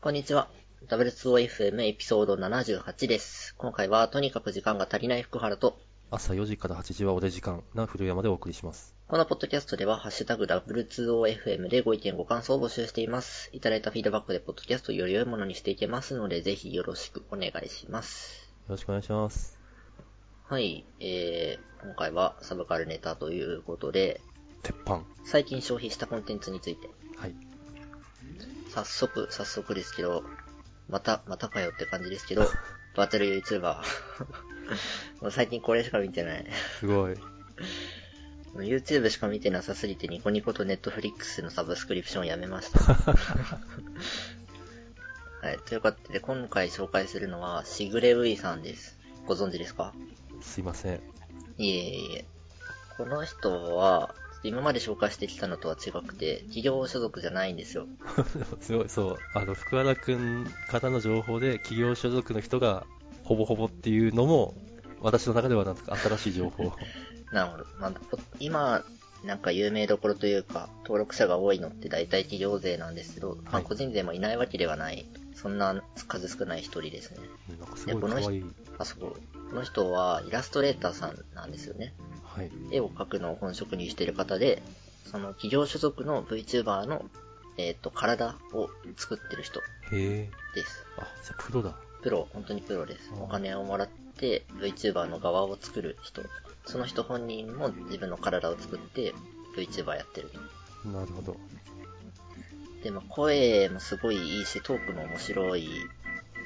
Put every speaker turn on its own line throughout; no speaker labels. こんにちは。W2OFM エピソード78です。今回はとにかく時間が足りない福原と、
朝4時から8時はお出時間な古山でお送りします。
このポッドキャストでは、ハッシュタグ W2OFM でご意見ご感想を募集しています。いただいたフィードバックでポッドキャストをより良いものにしていけますので、ぜひよろしくお願いします。
よろしくお願いします。
はい、えー、今回はサブカルネタということで、
鉄板。
最近消費したコンテンツについて、
はい。
早速、早速ですけど、また、またかよって感じですけど、バトル YouTuber。もう 最近これしか見てない。
すごい。
YouTube しか見てなさすぎてニコニコと Netflix のサブスクリプションやめま した。はい、ということで今回紹介するのはしぐれういさんです。ご存知ですか
すいません。
いえいえいえ。この人は、今まで紹介してきたのとは違くて、企業所属じゃないんですよ。
すごい、そう。あの、福原くんからの情報で、企業所属の人が、ほぼほぼっていうのも、私の中ではなんか新しい情 報。
なるほど。まあ、こ今、なんか有名どころというか、登録者が多いのって大体企業勢なんですけど、ま
は
あ
い
個人勢もいないわけではない。そんな数少ない一人ですね。
なんかすごい可愛い。
あそこ、この人はイラストレーターさんなんですよね。
はい。
絵を描くのを本職にしてる方で、その企業所属の VTuber の、えっ、と、体を作ってる人
へえ。
です。
あ、じゃあプロだ。
プロ、本当にプロです。
うん
お金をもらって VTuber の側を作る人。その人本人も自分の体を作って VTuber やってる。
なるほど。
で、まあ、声もすごいいいし、トークも面白い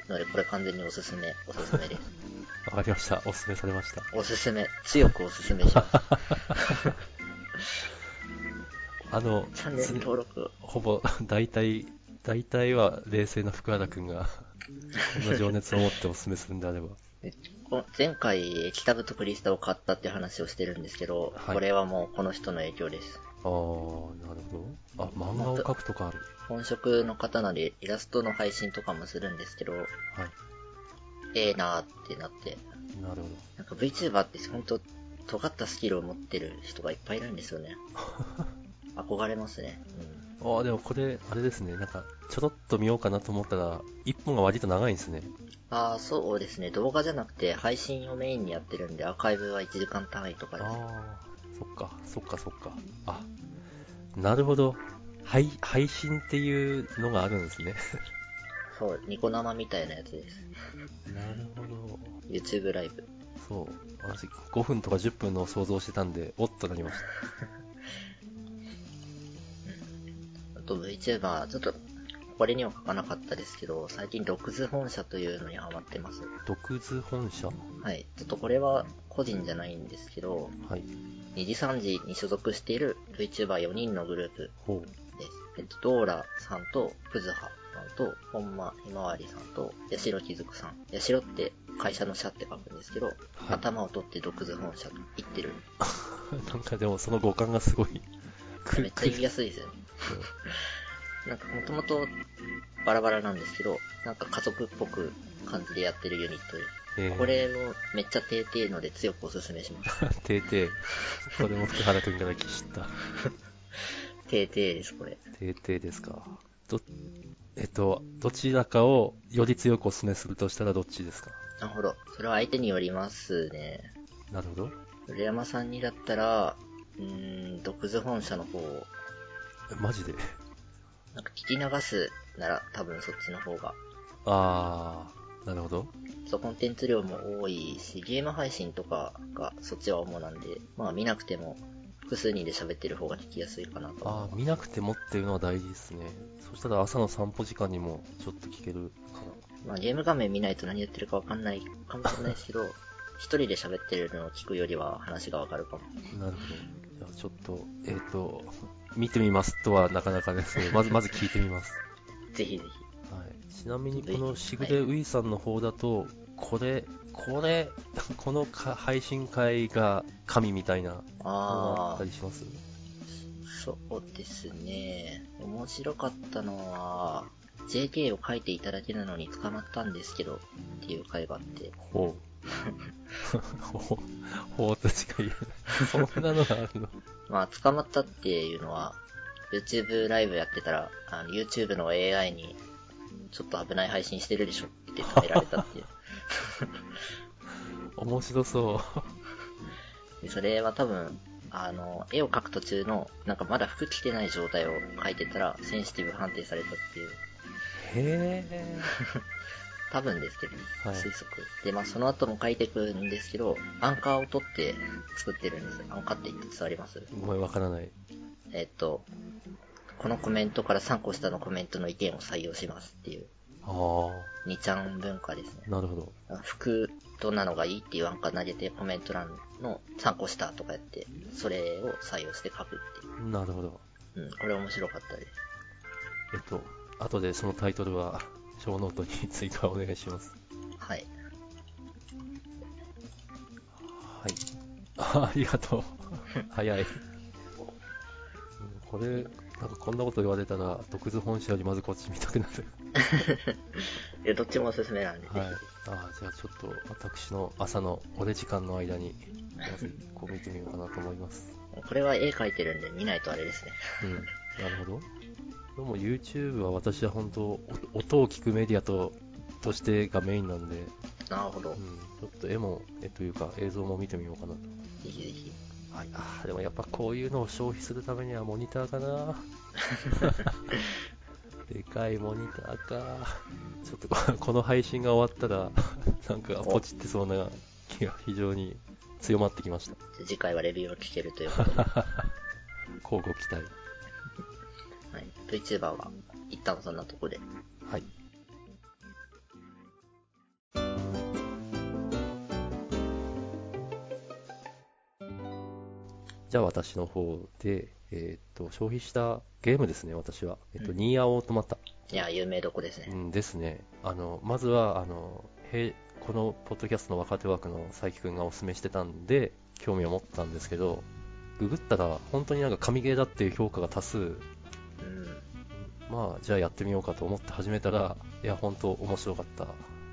ので、これ完全におすすめ、おすすめです。
わかりました。おすすめされました。
おすすめ、強くおすすめし ます。
あの、
チャンネル
す
登録、
ほぼ、 大体、大体は冷静な福原くんが、こんな情熱を持っておすすめするんであれば。
こ前回、北部とクリスタを買ったって話をしてるんですけど、
はい
これはもうこの人の影響です。
ああ、なるほど。あ、漫画を描くとかある。
本職の方なのでイラストの配信とかもするんですけど、
はい。
ええなーってなって、
なるほ
なんか VTuber って本当尖ったスキルを持ってる人がいっぱいいるんですよ ね。憧れますね。うん
ど。ああ、でもこれ、あれですね。なんか、ちょろっと見ようかなと思ったら、一本が割と長いんですね。
ああ、そうですね。動画じゃなくて配信をメインにやってるんで、アーカイブは1時間単位とかです。
ああ、そっか、そっか、そっか。あ、なるほど。配、配信っていうのがあるんですね。
そう、ニコ生みたいなやつです。
なるほど。
YouTube ライブ。
そう。私、5分とか10分のを想像してたんで、おっとなりまし
あと VTuber、ちょっと、これには書かなかったですけど、最近、ロクズ本社というのにハマってます。
た。毒図本社
はい。ちょっとこれは個人じゃないんですけど、
はい。
2次3次に所属している VTuber4 人のグループ
ほ
です。えっと、ドーラさんと、プズハさんと、本間ひまわりさんと、ヤシロキズクさん。ヤシロって会社の社って書くんですけど、
はい
頭を取って毒図本社と言ってる。
う。 なんかでも、その五感がすご い。く
めっちゃ言いやすいですよね。なんかもともとバラバラなんですけど、なんか家族っぽく感じでやってるユニットで。
えー
これもめっちゃ低々ので強くおすすめします。
てーてー。これも福原くんから聞き知った。
低々です、これ。
てーてーですか。ど、えっと、どちらかをより強くお勧めするとしたらどっちですか
なるほど。それは相手によりますね。
なるほど。
古山さんにだったら、うーん、毒図本社の方を、
えマジで。
なんか聞き流すなら多分そっちの方が。
あー、なるほど。
そう、コンテンツ量も多いし、ゲーム配信とかがそっちは主なんで、まあ見なくても複数人で喋ってる方が聞きやすいかなと。
あー、見なくてもっていうのは大事ですね。そしたら朝の散歩時間にもちょっと聞けるか
まあ、ゲーム画面見ないと何やってるかわかんないかもしれないですけど、一人で喋ってるのを聞くよりは話がわかるかも。
な。なるほど。じゃあちょっと、えっ、と、見てみますとはなかなかです ね。まず、まず聞いてみます。
ぜひぜ
はい、ちなみにこのしぐれウィさんの方だと、これ、これ、このか配信会が神みたいな、
ひ。あ
あった
あ
り、します
そうですね。面白かったのは、JK を書いていただけなのに捕まったんですけど、っていう回があって。
ほう。 ほう、ほうとしか言えない。そんなのがあるの。
まあ、捕まったっていうのは、YouTube ライブやってたら、あの YouTube の AI にちょっと危ない配信してるでしょって止められたっていう。
面白そ
でそれは多分、あの、絵を描く途中の、なんかまだ服着てない状態を描いてたら、センシティブ判定されたっていう、
う。へえ。
多分ですけど、
はい
推測。で、まあその後も描いていくんですけど、アンカーを取って作ってるんです。アンカーって言って伝わります
ごめん、わからない。
えっと、このコメントから3個下のコメントの意見を採用しますっていう、
ああ、
2ちゃん文化ですね。
なるほど。
服、どんなのがいいっていうアンカー投げてコメント欄の3個下とかやって、それを採用して書くっていう。
なるほど。
うん、これ面白かったです。
えっと、後でそのタイトルは、小ノートに追加お願いします。
はい。
はい。あありがと う。早い。うんこれ、なんかこんなこと言われたら、毒図本社よりまずこっち見たくなる。
で、どっちもおすすめなんで、
はい
ぜ。
ああ、じゃあちょっと私の朝のお出時間の間に、まずこう見てみようかなと思います。
ひ。これは絵描いてるんで見ないとあれですね。
うん、なるほど。でも YouTube は私は本当、お音を聞くメディアと、としてがメインなんで、
なるほど
うん。、ちょっと絵も、絵というか映像も見てみようかなと。
ぜひぜひ。
はい、あーでもやっぱこういうのを消費するためにはモニターかなでかいモニターかちょっとここの配信が終わったらなんかポチってそうな気が非常に強まってきました
次回はレビューを聞けるという ことで。は
交互期待
い。VTuber は、一旦そんなとこで。
はいじゃあ私の方で、えーっと消費したゲームですね私は、えっと
うん
ニーアオートマタ
いや、有名どこです
う
ね。
んですね。あの、まずは、あの、へこのポッドキャストの若手枠の佐伯くんがお勧めしてたんで、興味を持ったんですけど、ググったら、本当になんか神ゲーだっていう評価が多数、
うん。
まあ、じゃあやってみようかと思って始めたら、いや、本当面白かったで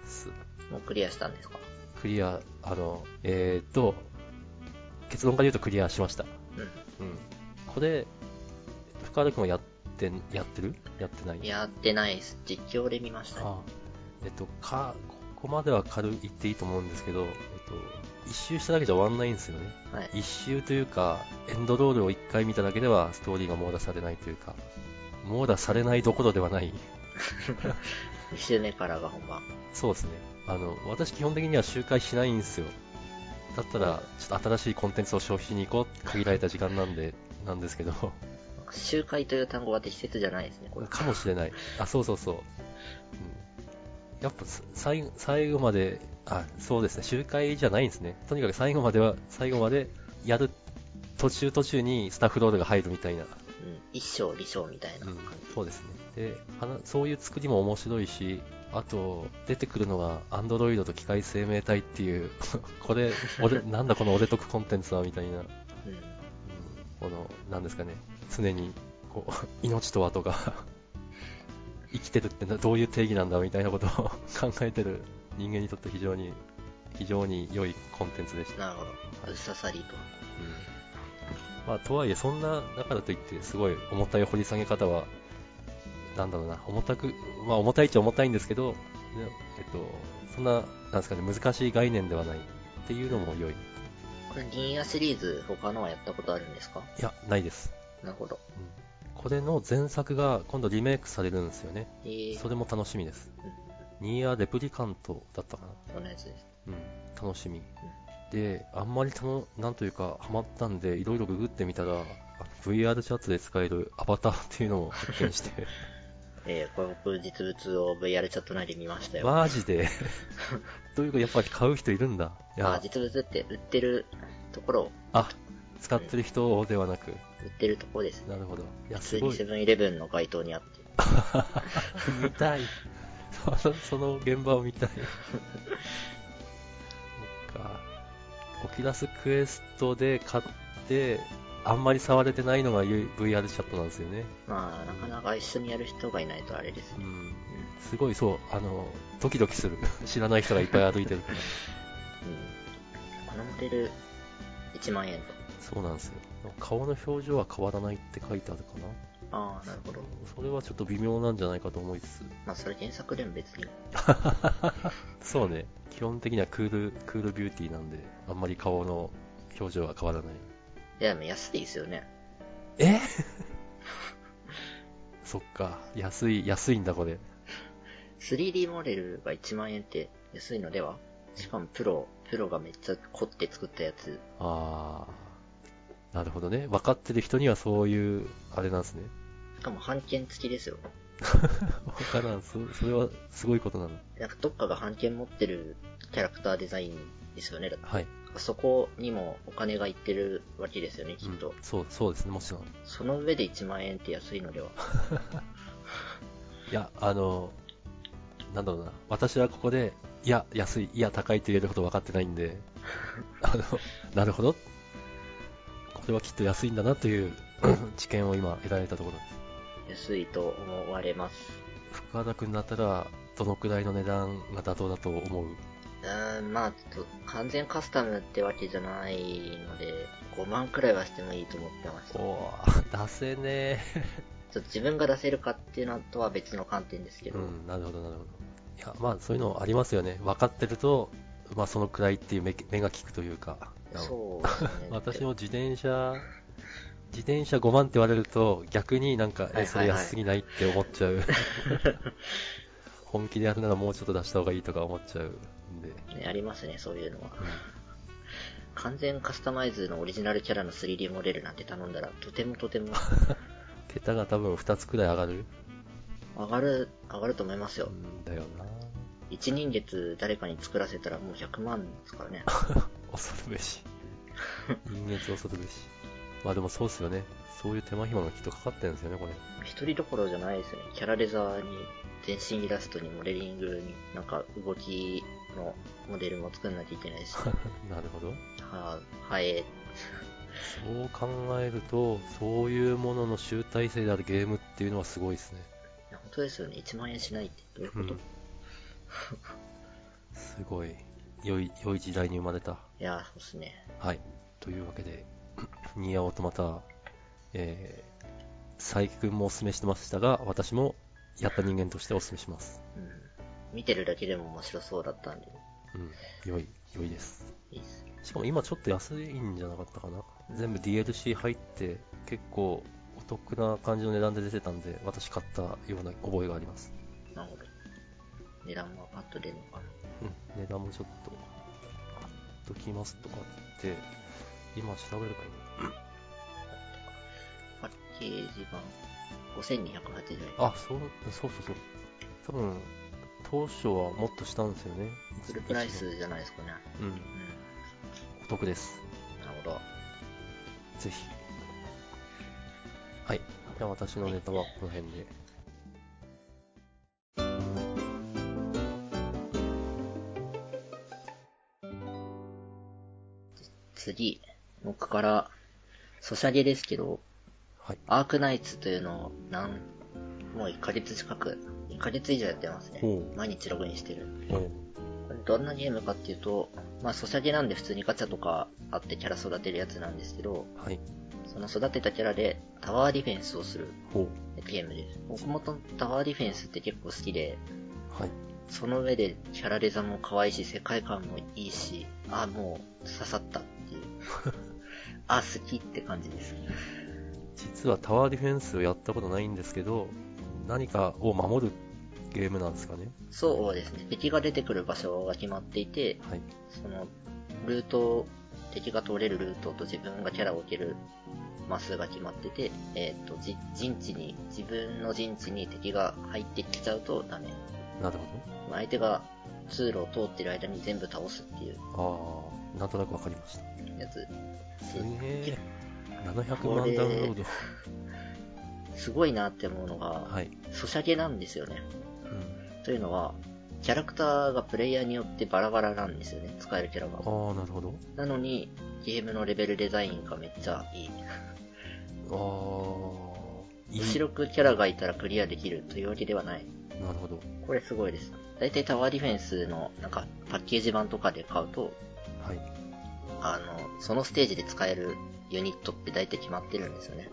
す。
もうクリアしたんですか
クリア、あの、えーっと、結論から言うとクリアしました。
う
うん。これ、深田くんはやってん、やってるやってない
ん。やってないです。実況で見ましたね。
あえっと、か、ここまでは軽いっていいと思うんですけど、えっと、一周しただけじゃ終わんないんですよね。
はい。
一周というか、エンドロールを一回見ただけではストーリーが網羅されないというか、網羅されないどころではない。
2周目からが本番。
そうですね。あの、私基本的には周回しないんですよ。だったら、ちょっと新しいコンテンツを消費しに行こうって限られた時間なんで、なんですけど、
周回という単語は適切じゃないですね、これ。
かもしれない。あ、そうそうそう。うん、やっぱさ最後最後まで、あ、そうですね、周回じゃないんですね。とにかく最後までは、最後までやる途中途中にスタッフロールが入るみたいな。
うん。一章、二章みたいな感
うん
じ。、
そうですね。で、話そういう作りも面白いし、あと、出てくるのが、アンドロイドと機械生命体っていう、これ、俺、なんだこの俺得コンテンツは、みたいな。
うん。
この、なんですかね、常に、こう、 命とはとか、生きてるってなどういう定義なんだみたいなことを 考えてる人間にとって非常に、非常に良いコンテンツでした。
なるほど。ぶっ刺さりと。
まあ、とはいえ、そんな、だからといって、すごい重たい掘り下げ方は、なんだろうな、重たく、まあ、重たいっちゃ重たいんですけど、でえっと、そんな、なんですかね、難しい概念ではないっていうのも良い。い
これ、リニアシリーズ、他のはやったことあるんですか
や、ないです。
なるほど。
これの前作が今度リメイクされるんですよね。
えー、
それも楽しみです。
う
ニーア・レプリカントだったか
ん、このやつです。
な。うん、楽しみ。で、あんまりたの、なんというか、ハマったんで、いろいろググってみたら、あ VR チャットで使えるアバターっていうのを発見して、
えー、これ僕実物を VR チャット内で見ましたよ。
マ ジで、というか、やっぱり買う人いるんだ。い
まあ
や、
実物って売ってるところを、
あ、使ってる人ではなく、
売ってるところですね。
なるほど。いや、
普
す
通
ご
に
い
セ。ブンイレブンの街頭にあって。
見たい そのその現場を見たいそっかオキュラスクエストで買ってあんまり触れてないのが U- VR チャットなんですよね、
まあ、なかなか一緒にやる人がいないとあれです
う
ね。
ん、すごいそうあのドキドキする 知らない人がいっぱい歩いてるから
うん。このモデル、1万円と。
そうなんですよ顔の表情は変わらないって書いてあるかな
ああ、なるほど。
それはちょっと微妙なんじゃないかと思いつつ、
まあ、それ原作でも別に。
そうね、基本的にはクール、クールビューティーなんで、あんまり顔の表情は変わらない。
いや、でも安いですよね。
えそっか、安い、安いんだ、これ。
3D モデルが1万円って安いのではしかもプロ、プロがめっちゃ凝って作ったやつ。
ああ、なるほどね。分かってる人にはそういう、あれなんですね。
しかも半券付きですよ。
分からん、そそれはすごいことなの。
なんかどっかが半券持ってるキャラクターデザインですよね。だって
はい。
そこにもお金がいってるわけですよね、き
う
っ
ん
と。、
そう、そうですね、もちろん。
その上で1万円って安いのではい
や、あの、なんだろうな、私はここで、いや、安い、いや、高いって言えること分かってないん で、あの、なるほど、これはきっと安いんだなという 知見を今、得られたところです。
安いと思われます。
深田君だったら、どのくらいの値段が妥当だと思う
うーん、まあちょっと完全カスタムってわけじゃないので、5万くらいはしてもいいと思ってました。ちょ
おー、 出せね
っと自分が出せるかっていうのとは別の観点ですけ
え。
ど、
うん、なるほど、なるほど。いや、まあ、そういうのありますよね。分かってると、まあ、そのくらいっていう目目が利くというか。。
そうですね
私も自転車、自転車5万って言われると、逆になんか、
は
え、
い
それ安すぎないって思っち ゃう。本気でやるならもうちょっと出した方がいいとか思っちゃうんで。
ね、ありますね、そういうのは。 完全カスタマイズのオリジナルキャラの 3D モデルなんて頼んだら、とてもと ても
桁が多分2つくらい上がる
上がる、上がると思いますよ。
んだよな。
1人月誰かに作らせたらもう100万ですからね。
恐るべ し。人間恐るべし。まあでもそうっすよね。そういう手間暇がきっとかかってるんですよね、 これ。
一人どころじゃないですね。キャラレザーに、全身イラストにモデリングに、なんか動きのモデルも作んなきゃいけ ないし、は
なるほど。
あ、ハエ、
そう考えると、そういうものの集大成であるゲームっていうのはすごいですね。
いや本当ですよね。1万円しないってどういう
う
こと、
ん
い、
すごい良い良い時代に生まれた
や、そうですね。
はいというわけで ニーアオートマタえー、佐伯くんもおすすめしてましたが私もやった人間としておすすめします
うん。見てるだけでも面白そうだったんで、
うん良い良いです
いいですね。
しかも今ちょっと安いんじゃなかったかな全部 DLC 入って結構お得な感じの値段で出てたんで私買ったような覚えがあります
なるほど。値段がパッと出るのかな。
うん、値段もちょっと、買っときますとかって、今調べればいい
パッケージ版、5280円。
のあ、そう、そうそうそう。多分、当初はもっとしたんですよね。
フルプライスじゃないですかね。
うん、
うん。
お得です。
なるほど。
ぜひ。はい。じゃあ私のネタはこの辺で。
次、僕から、ソシャゲですけど、
はい。
アークナイツというのを、なん、もう1ヶ月近く、1ヶ月以上やってますね
ほう。
毎日ログインしてる。
お
これどんなゲームかっていうと、まあ、ソシャゲなんで普通にガチャとかあってキャラ育てるやつなんですけど、
はい。
その育てたキャラでタワーディフェンスをする
ほう。
ゲームです。僕もともとタワーディフェンスって結構好きで、
はい。
その上でキャラデザも可愛いし、世界観もいいし、あ、もう刺さったって いう。あ、好きって感じです。
実はタワーディフェンスをやったことないんですけど、何かを守るゲームなんですかね。
そうですね。敵が出てくる場所が決まっていて、
はい。
その、ルートを、敵が通れるルートと自分がキャラを置けるマスが決まってて、えっ、と、じ陣地に、自分の陣地に敵が入ってきちゃうとダメ。
なるほ
相手が通路を通ってる間に全部倒すっていう
ど。ああ、なんとなくわかりました。
やつ。
すげえ。700万ダウンロード。
すごいなって思うのが、
はい。
ソシャゲなんですよね。
うん、
というのは、キャラクターがプレイヤーによってバラバラなんですよね、使えるキャラが。
ああ、なるほど。
なのに、ゲームのレベルデザインがめっちゃいい。
ああ、いい。
後ろくキャラがいたらクリアできるというわけではない。
なるほど。
これすごいです。だいたいタワーディフェンスのなんかパッケージ版とかで買うと、
はい。
あの、そのステージで使えるユニットって大体決まってるんですよね。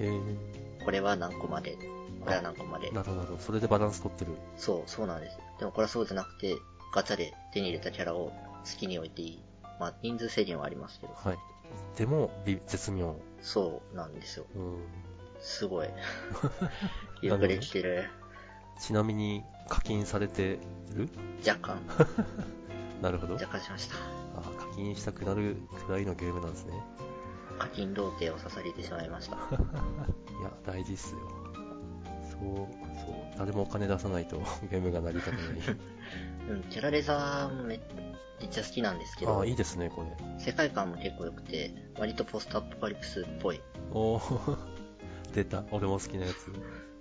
えー、
これは何個まで、これは何個まで。
なるほどなるほど。それでバランス取ってる。
そう、そうなんです。でもこれはそうじゃなくて、ガチャで手に入れたキャラを好きに置いていい。まあ、人数制限はありますけど。
はい。でも、び絶妙。
そうなんですよ。
うん。
す ごい。よくできてる。
ちなみに、課金されてる
若干、
なるほど。
若干しました。
あー課金したくなるくらいのゲームなんですね。
課金童貞を刺されてしまいました。
いや、大事っすよ。そう、そう。誰もお金出さないと ゲームが成り立たない。
うん、キャラレザーもめめっちゃ好きなんですけ
あ
ど
あ、い、いですね、これ。
世界観も結構良くて、割とポストアップカリプスっぽい。
おー 出た。俺も好きなやつ。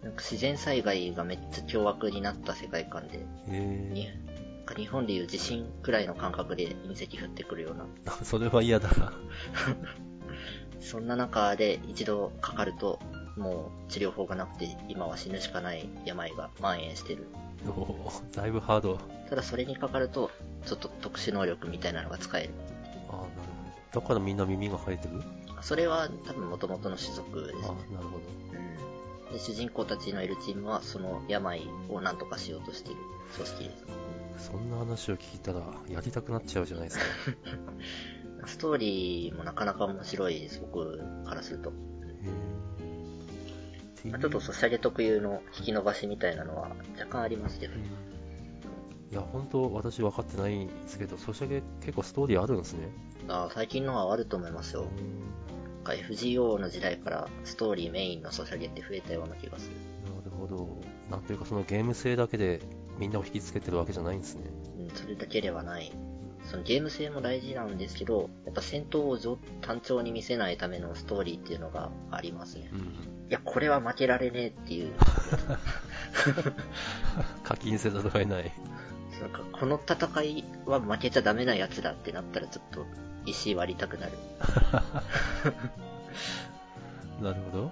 なんか自然災害がめっちゃ凶悪になった世界観で、に
え
なんか日本でいう地震くらいの感覚で隕石降ってくるような。
ー、それは嫌だな。
そんな中で一度かかると、もう治療法がなくて、今は死ぬしかない病が蔓延してる。
おーだいぶハード。
ただそれにかかると、ちょっと特殊能力みたいなのが使える。
ああ、なるほど。だからみんな耳が生えてる
それは多分元々の種族で
ああ
すね。、
なるほど。
うんで主人公たちのいるチームはその病を何とかしようとしている組織です
そんな話を聞いたら、やりたくなっちゃうじゃないですか。
ストーリーもなかなか面白いです僕からすると
へーってい
ま
う
あちょっとソシャゲ特有の引き伸ばしみたいなのは若干ありますけど
いや、本当私分かってないんですけど、ソシャゲ結構ストーリーあるんですね。
あ最近のはあると思いますよなんか FGO の時代からストーリーメインのソシャゲって増えたような気がする
なるほど。なんというか、そのゲーム性だけでみんなを引きつけてるわけじゃないんですね。
うんそれだけではないそのゲーム性も大事なんですけどやっぱ戦闘を上単調に見せないためのストーリーっていうのがありますね
うん。
いやこれは負けられねえっていう
課金せざるを得ない。
なんか、この戦いは負けちゃダメなやつだってなったら、ちょっと、石割りたくなる。
なるほど。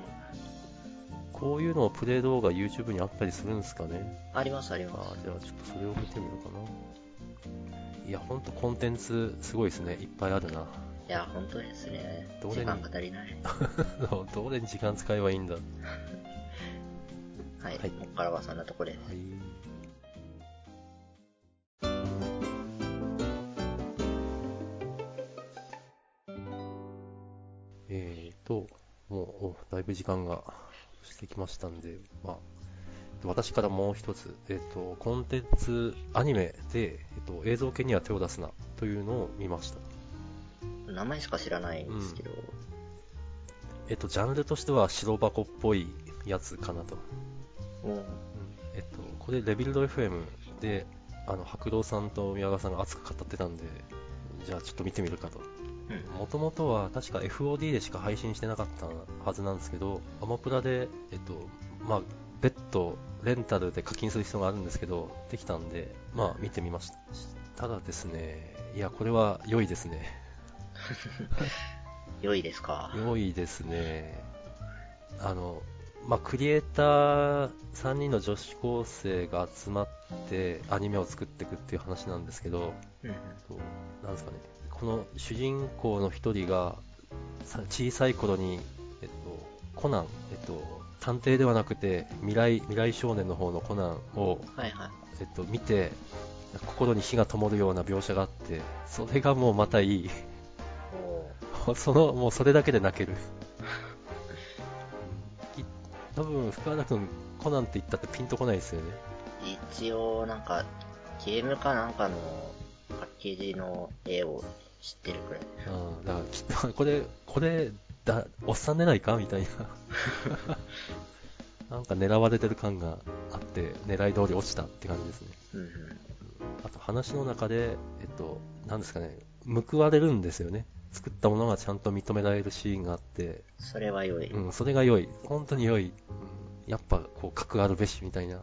こういうのをプレイ動画 YouTube にあったりするんですかね。
あります、あり
あ
ます。
ーじゃあちょっとそれを見てみようかな。いや、ほんとコンテンツすごいですね。いっぱいあるな。
いや、本当ですね。
どれ
時
に
間が足りない。は。
どれに時間使えばいいんだ。はいはい
ここからはそんなところです。
い。えーと、もう、おだいぶ時間がしてきましたんで、まあ、私からもう一つ、えっ、と、コンテンツ、アニメで、えっ、と、映像系には手を出すな、というのを見ました。
名前しか知らないんですけど、
えっ、と、ジャンルとしては白箱っぽいやつかなと。
もう、
うんえっと、これ、レビルド FM で、あの、白道さんと宮川さんが熱く語ってたんで、じゃあちょっと見てみるかと。
うん。
もともとは確か FOD でしか配信してなかったはずなんですけど、アマプラで、えっと、まあ、別途レンタルで課金する必要があるんですけど、できたんで、まあ、見てみました。ただですね、いや、これは良いですね。
良いですか。
良いですね。あの、まあ、クリエイター3人の女子高生が集まってアニメを作っていくっていう話なんですけど、
うん。
となんですかね、この主人公の一人がさ小さい頃に、えっと、コナン、えっと、探偵ではなくて未来未来少年の方のコナンを、
はいはい。
えっと、見て心に火が灯るような描写があってそれがもうまたいい
お
そのもうそれだけで泣けるき多分福原君コナンって言ったってピンとこないですよね
一応、なんか、ゲームかなんかのパッケージの絵を知ってるくらい。
うんだからきっと、こ れ、これだ、おっさん出ないかみたい な。なんか狙われてる感があって、狙い通り落ちたって感じですね。
うんうん。
あと話の中で、えっと、なんですかね、報われるんですよね。作ったものがちゃんと認められるシーンがあって、
それは良い。
う
うん。
ん、それが良い。本当に良い。うんやっぱ、こう、格あるべしみたいな。うん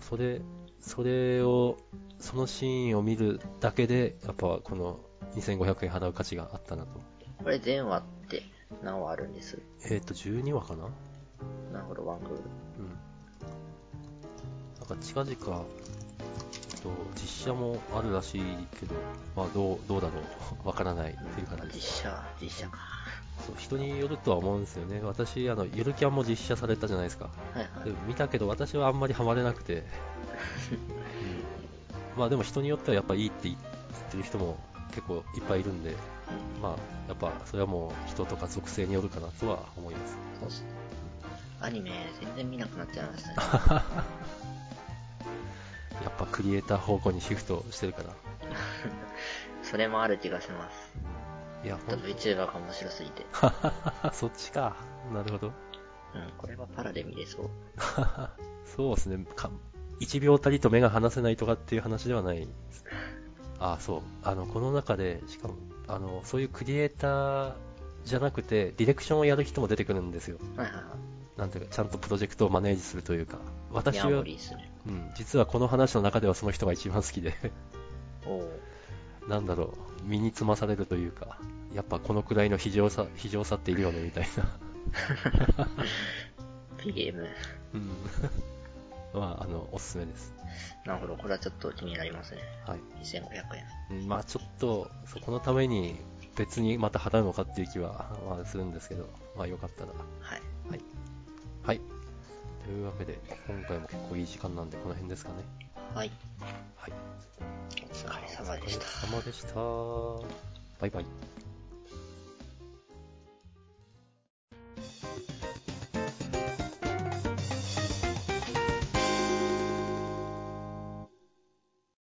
それ、それを、そのシーンを見るだけで、やっぱこの2500円払う価値があったなと。
これ全話って何話あるんです
えっ、と、12話かな
なるほど、ワンクール。
うん。なんか近々、えっと、実写もあるら しいけど、まあどう、どうだろう。わからないっていう感じ。
実写、実写か。
そう人によるとは思うんですよね私あのゆるキャンも実写されたじゃないですか
はいはい
で見たけど私はあんまりハマれなくて、うんまあでも人によってはやっぱいいって言ってる人も結構いっぱいいるんでまあやっぱそれはもう人とか属性によるかなとは思います
そうっすねアニメ全然見なくなっちゃいましたね
やっぱクリエイター方向にシフトしてるから
それもある気がします
いや
あ
ほ
と
ん
VTuber が面白すぎ て、
そっちかなるほど
うん、これはパラで見れそう
そうですねか1秒たりと目が離せないとかっていう話ではないですあそうあのこの中でしかもあのそういうクリエイターじゃなくてディレクションをやる人も出てくるんですよ
はいはいは
なんていうかちゃんとプロジェクトをマネージするというか
い
私
ヤーモ
は
リーっすね
うん、実はこの話の中ではその人が一番好きで
おお
なんだろう身につまされるというかやっぱこのくらいの非常さ非常さっているよねみたいな
ゲ
うん まああのおすすめです、
m なるほどこれはちょっと気になりますね
はい、
2500円
うんまあちょっと、そこのために別にまた払うのかっていう気は、まあ、するんですけど、まあよかったら。
はい
はい。というわけで、今回も結構いい時間なんで、この辺ですかね。
はい
はい。
お疲れ様でした
お疲れ様でした。バイバイ。